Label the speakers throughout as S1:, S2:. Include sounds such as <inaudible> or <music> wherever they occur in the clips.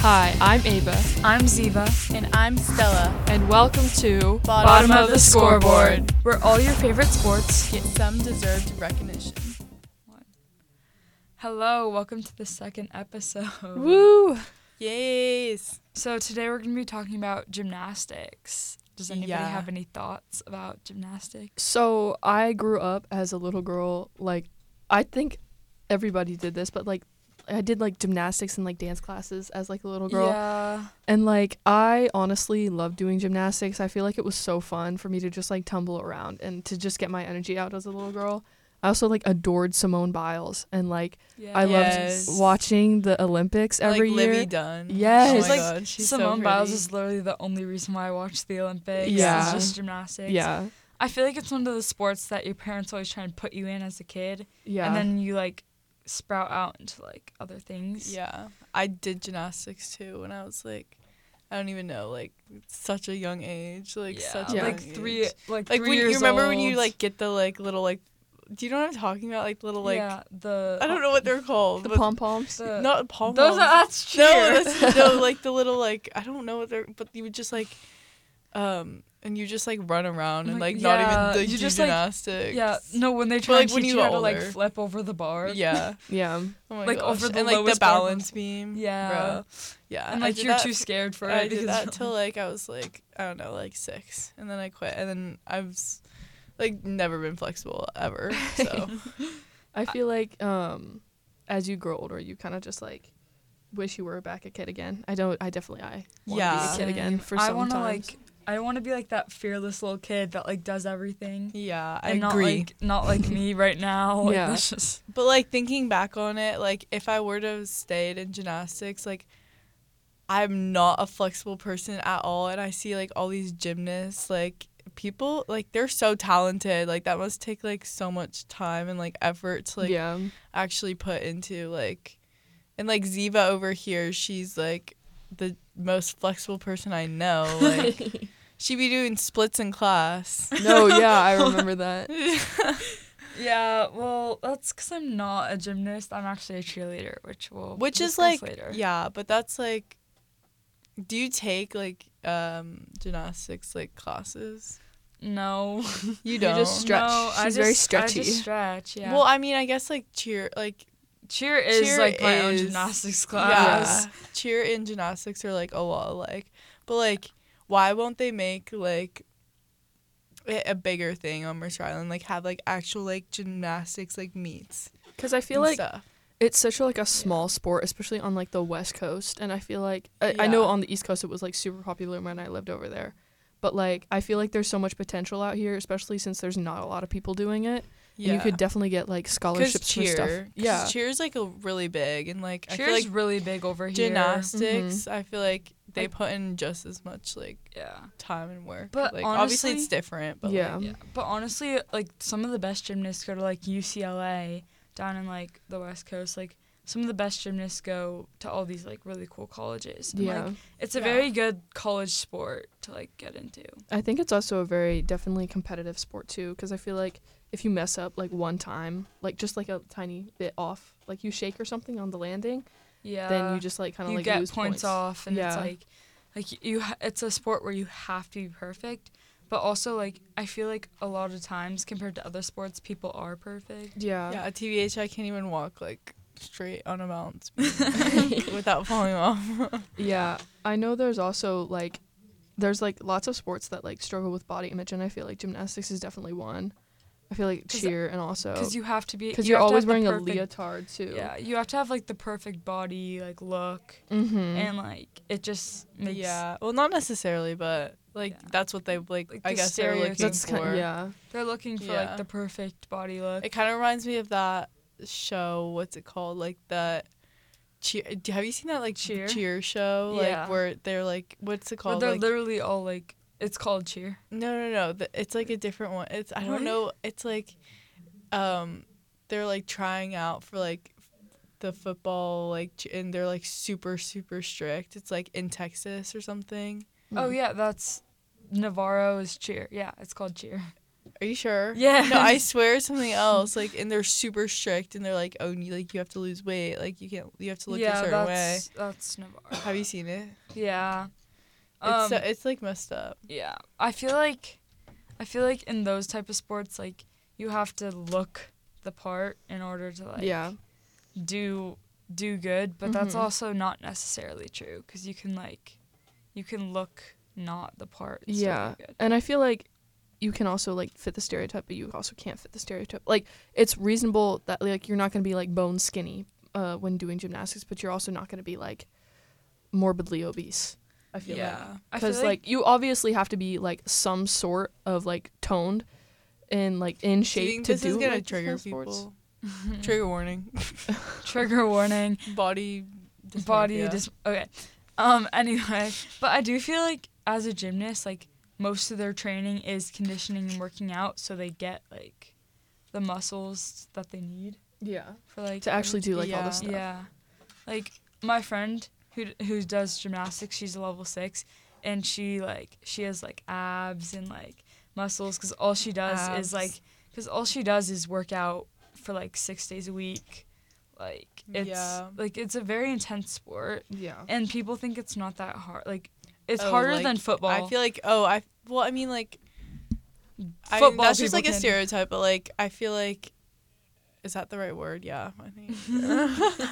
S1: Hi, I'm Ava,
S2: I'm Ziva,
S3: And I'm Stella.
S1: and welcome to
S3: Bottom Bottom of of the the Scoreboard.
S2: where all your favorite sports.
S3: Get some deserved recognition.
S2: Hello, welcome to the second episode.
S1: Woo!
S3: Yes.
S2: So today we're going to be talking about gymnastics. Does anybody
S3: Yeah.
S2: have any thoughts about gymnastics?
S1: So I grew up as a little girl. Like, I think everybody did this, but like, I did like gymnastics and like dance classes as like a little girl.
S2: Yeah.
S1: And like, I honestly love doing gymnastics. I feel like it was so fun for me to just like tumble around and to just get my energy out as a little girl. I also like adored Simone Biles and like I
S3: Yes.
S1: loved watching the Olympics every
S3: like
S1: year.
S3: Livy Dunn.
S1: Yes.
S3: Oh
S2: She's
S3: my
S2: like-
S3: God, she's so
S2: Simone Biles
S3: pretty.
S2: is literally the only reason why I watch the Olympics.
S1: Yeah.
S2: It's just gymnastics.
S1: Yeah,
S2: I feel like it's one of those sports that your parents always try and put you in as a kid.
S1: yeah.
S2: And then you like sprout out into like other things.
S3: Yeah. I did gymnastics too when I was like, I don't even know, like such a young age. Like
S2: Yeah,
S3: such a
S1: Yeah.
S2: like
S3: young
S2: three,
S3: age.
S2: like,
S3: Like
S2: three
S3: when you
S2: years
S3: remember when you
S2: old.
S3: like get the like little like, do you know what I'm talking about? Like little like,
S2: yeah, the
S3: I don't know what they're called.
S1: the
S3: but-
S1: pom poms.
S2: the-
S3: Not pom
S2: Those are that's cheer.
S3: <laughs> No, that's, <laughs> no, like the little like I don't know what they're, but you would just like, um, and you just like run around and
S2: Like,
S3: like
S2: yeah,
S3: not even like,
S2: you
S3: you
S2: just, like-
S3: gymnastics.
S2: <laughs> yeah, no, when they try
S3: like,
S2: and
S3: when
S2: teach
S3: you
S2: you
S3: got
S2: how to like
S3: older.
S2: flip over the bar.
S3: yeah,
S1: Yeah.
S3: oh my
S2: Like,
S3: gosh.
S2: over the
S3: and like the
S2: lowest bar.
S3: <laughs> balance beam.
S2: Yeah.
S3: bruh. yeah.
S2: And
S3: I
S2: like
S3: did
S2: you're
S3: that-
S2: too scared for
S3: I
S2: it.
S3: did
S2: because-
S3: that till like I was like I don't know like six, and then I quit, and then I've s- like never been flexible <laughs> ever. So
S1: I feel like um, as you grow older, you kind of just like wish you were back a kid again. I don't. I definitely I want
S3: Yeah.
S1: to be a kid again
S2: Same.
S1: for
S2: I
S1: some
S2: wanna,
S1: time.
S2: like I want to be like that fearless little kid that like does everything.
S3: yeah, I
S2: and not
S3: agree.
S2: like not like
S3: <laughs>
S2: me right now. Like,
S1: Yeah.
S2: that's just
S3: But like thinking back on it, like if I were to have stayed in gymnastics, like I'm not a flexible person at all and I see like all these gymnasts like people like they're so talented. Like that must take like so much time and like effort to like
S1: yeah,
S3: actually put into like and like Ziva over here, she's like the most flexible person I know. Like she be doing splits in
S1: <laughs>
S3: class.
S1: no, yeah, I remember
S3: <laughs>
S1: that.
S2: yeah. Well, that's because I'm not a gymnast. I'm actually a cheerleader, which will
S3: which is like yeah but that's like do you take like um gymnastics like classes
S2: No.
S3: you
S1: just
S3: don't
S1: Stretch.
S2: No, I
S1: She's very
S2: just- I just
S1: stretchy.
S2: stretch. Yeah.
S3: well i mean i guess like cheer like
S2: cheer is
S3: cheer
S2: like my own <laughs>
S3: is-
S1: <laughs>
S2: gymnastics class.
S3: yeah cheer and gymnastics are like a lot alike but like why won't they make like it a bigger thing on Mercer Island, like have like actual like gymnastics like meets.
S1: Because I feel
S3: and
S1: like
S3: stuff.
S1: it's such a, like a small sport, especially on like the West Coast. And I feel like I, I know
S3: Yeah.
S1: on the East Coast it was like super popular when I lived over there. But like I feel like there's so much potential out here, especially since there's not a lot of people doing it.
S3: yeah,
S1: And you could definitely get like scholarships
S3: cheer,
S1: for stuff.
S3: 'cause
S1: Yeah.
S3: cheer's like a really big and like I
S2: Cheer
S3: feel like
S2: is really big over here.
S3: gymnastics
S1: Mm-hmm.
S3: i feel like they
S2: Like-
S3: put in just as much like
S2: Yeah.
S3: time and work
S2: But
S3: like obviously it's
S2: honestly-
S3: different but
S1: Yeah.
S3: like,
S2: Yeah. But honestly, like some of the best gymnasts go to like UCLA down in like the West Coast. Like some of the best gymnasts go to all these like really cool colleges. And,
S1: Yeah.
S2: Like, it's a
S3: Yeah.
S2: very good college sport to like get into.
S1: I think it's also a very definitely competitive sport too, because I feel like if you mess up like one time, like just like a tiny bit off, like you shake or something on the landing,
S2: Yeah.
S1: then you just like kind of
S2: you
S1: like
S2: get
S1: lose
S2: points, off, and it's
S1: Yeah.
S2: like like you. ha- It's a sport where you have to be perfect. But also, like I feel like a lot of times compared to other sports, people are perfect.
S1: Yeah.
S3: yeah at tbh i can't even walk like straight on a mountain
S2: <laughs>
S3: without falling off
S1: Yeah, I know there's also like there's like lots of sports that like struggle with body image and I feel like gymnastics is definitely one. I feel like
S2: 'Cause-
S1: cheer and also
S2: Because you have to be.
S1: cuz
S2: you
S1: you're
S2: have to
S1: always
S2: have the
S1: wearing a
S2: perfect-
S1: leotard too.
S2: Yeah, you have to have like the perfect body, like look,
S1: Mhm.
S2: and like it just makes
S3: yeah well not necessarily but like
S2: Yeah.
S3: that's what they like,
S2: Like,
S3: i
S2: the
S3: guess they're looking
S2: stereotype.
S1: that's
S3: for
S1: kind yeah.
S2: they're looking for like
S3: Yeah.
S2: the perfect body look.
S3: it kind of reminds me of that show what's it called like that cheer do- have you seen that like
S2: Cheer?
S3: cheer show like
S2: Yeah.
S3: where they're like what's it
S2: Where
S3: called
S2: they're
S3: like,
S2: literally all like it's called cheer.
S3: No, no, no. th- It's like a different one. It's I
S2: What?
S3: don't know. It's like, um, they're like trying out for like the football like ch- and they're like super super strict. It's like in Texas or something.
S2: Oh
S1: Mm.
S2: yeah, that's Navarro's cheer. Yeah, it's called cheer.
S3: Are you sure?
S2: Yeah.
S3: No, I swear it's something else. Like, and they're super strict, and they're like, "Oh, you, like you have to lose weight. Like you can't. You have to look a
S2: yeah,
S3: certain way."
S2: that's that's Navarre.
S3: Have you seen it?
S2: Yeah.
S3: It's
S2: Um,
S3: so, it's like messed up.
S2: yeah. I feel like I feel like in those type of sports like you have to look the part in order to like
S1: yeah.
S2: do do good, but that's
S1: Mhm.
S2: also not necessarily true cuz you can like you can look not the part. and still
S1: Yeah.
S2: do good.
S1: And I feel like you can also like fit the stereotype, but you also can't fit the stereotype. Like it's reasonable that like you're not going to be like bone skinny uh, when doing gymnastics, but you're also not going to be like morbidly obese. I feel like.
S2: Yeah. I feel
S1: because like, you obviously have to be like some sort of like toned and like in
S3: Do you
S1: shape
S3: think
S1: to
S3: this
S1: do
S3: is gonna
S1: like, these
S3: trigger
S1: kind of sports.
S3: people.
S1: <laughs>
S3: Trigger warning.
S2: <laughs> trigger warning.
S3: Body.
S2: body
S3: dysmorphia.
S2: dys- okay um anyway but i do feel like as a gymnast like most of their training is conditioning and working out so they get like the muscles that they need
S1: Yeah.
S2: for like
S1: To actually do like all this
S2: everything.
S1: stuff.
S2: yeah like my friend who d- who does gymnastics she's a level 6 and she like she has like abs and like muscles cuz all she does
S3: Abs.
S2: is like cuz all she does is work out for like 6 days a week like it's
S3: Yeah.
S2: like it's a very intense sport
S1: Yeah.
S2: and people think it's not that hard. Like it's
S3: Oh,
S2: harder
S3: like,
S2: than football.
S3: I feel like oh I well I mean like I,
S2: Football
S3: that's just
S2: people
S3: like a
S2: can-
S3: stereotype, but like I feel like is that the right word? Yeah, I think.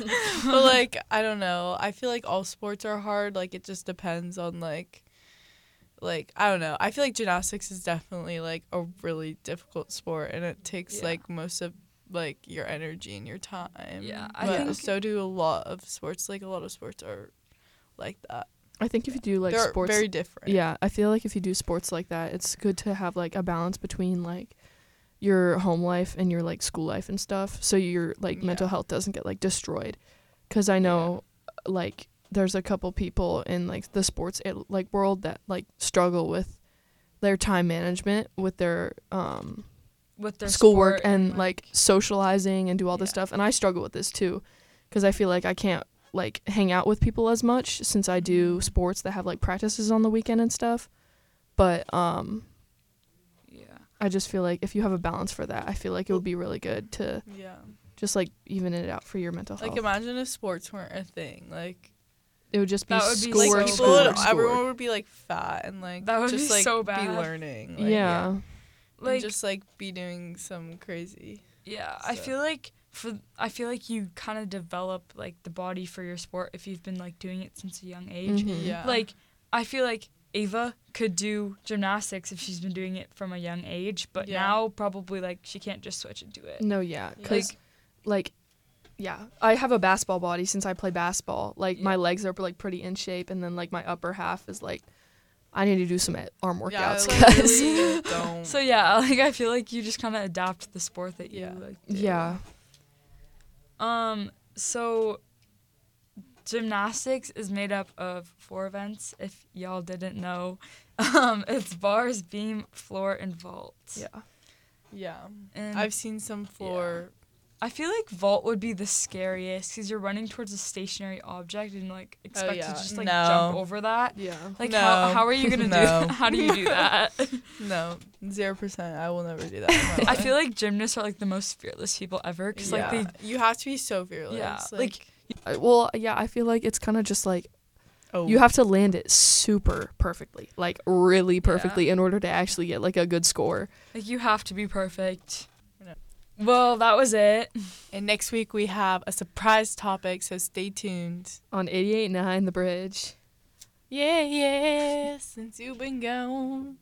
S2: <laughs>
S3: but like I don't know. I feel like all sports are hard. Like it just depends on like like I don't know. I feel like gymnastics is definitely like a really difficult sport and it takes
S2: Yeah.
S3: like most of like your energy and your time.
S2: Yeah, I
S3: But
S2: think-
S3: so do a lot of sports. Like a lot of sports are like that.
S1: I think if you do like
S3: They're
S1: sports
S3: very different.
S1: Yeah, I feel like if you do sports like that, it's good to have like a balance between like your home life and your like school life and stuff, so your like mental
S3: Yeah.
S1: health doesn't get like destroyed. Cuz I know like there's a couple people in like the sports eh, like world that like struggle with their time management with their um
S2: with their
S1: schoolwork
S2: sport
S1: and like socializing and do all this
S2: Yeah.
S1: stuff. And I struggle with this too, because I feel like I can't like hang out with people as much since I do sports that have like practices on the weekend and stuff. But um,
S2: yeah.
S1: I just feel like if you have a balance for that, I feel like it would be really good to
S3: Yeah.
S1: just like even it out for your mental health.
S2: Oh.
S3: Like imagine if sports weren't a thing. Like
S1: it would just be
S2: That would be
S1: schoolwork,
S3: like
S2: so-
S3: people would,
S1: schoolwork,
S3: everyone
S1: schoolwork.
S3: would be like fat and like
S2: That would
S3: just
S2: be
S3: like
S2: so
S3: be
S2: bad.
S3: learning. Like,
S1: Yeah,
S3: and
S2: Like
S3: just like be doing some crazy.
S2: yeah, I
S3: so-
S2: feel like for I feel like you kind of develop like the body for your sport if you've been like doing it since a young age.
S1: Mhm.
S3: Yeah.
S2: Like I feel like Ava could do gymnastics if she's been doing it from a young age, but
S3: Yeah.
S2: now probably like she can't just switch and do it.
S1: No, yeah,
S3: Yeah.
S1: because
S2: Like-
S1: like, yeah, I have a basketball body since I play basketball. Like my
S2: Yeah.
S1: legs are like pretty in shape, and then like my upper half is like, I need to do some arm
S3: Yeah,
S1: workouts,
S3: like,
S1: guys. <laughs>
S3: really don't.
S2: So yeah, <laughs> like I feel like you just kind of adapt the sport that you
S3: Yeah.
S2: like. do.
S1: yeah,
S2: Um, so gymnastics is made up of four events, if y'all didn't know. <laughs> Um, it's bars, beam, floor, and vault.
S1: yeah,
S3: yeah.
S2: And
S3: I've seen some floor.
S2: I feel like vault would be the scariest because you're running towards a stationary object and like expect
S3: Oh, yeah.
S2: to just like
S3: No.
S2: jump over that.
S1: yeah.
S2: Like how,
S3: No.
S2: how are you
S3: <laughs>
S2: gonna do
S3: No.
S2: that? <laughs> How do you do
S3: <laughs>
S2: that?
S3: No, zero percent. I will never do
S2: <laughs>
S3: that. in my
S2: I feel
S3: life.
S2: like gymnasts are like the most fearless people ever because like
S3: Yeah.
S2: they
S3: you have to be so fearless.
S2: yeah
S3: like,
S2: like
S1: I- Well, yeah, I feel like it's kind of just like
S3: oh,
S1: you have to land it super perfectly, like really perfectly, in order to actually get like a good score.
S2: like you have to be perfect.
S3: No.
S2: Well, that was it.
S3: And next week we have a surprise topic, so stay tuned.
S1: On 88.9 The Bridge.
S3: Yeah, yeah. Since you've been gone.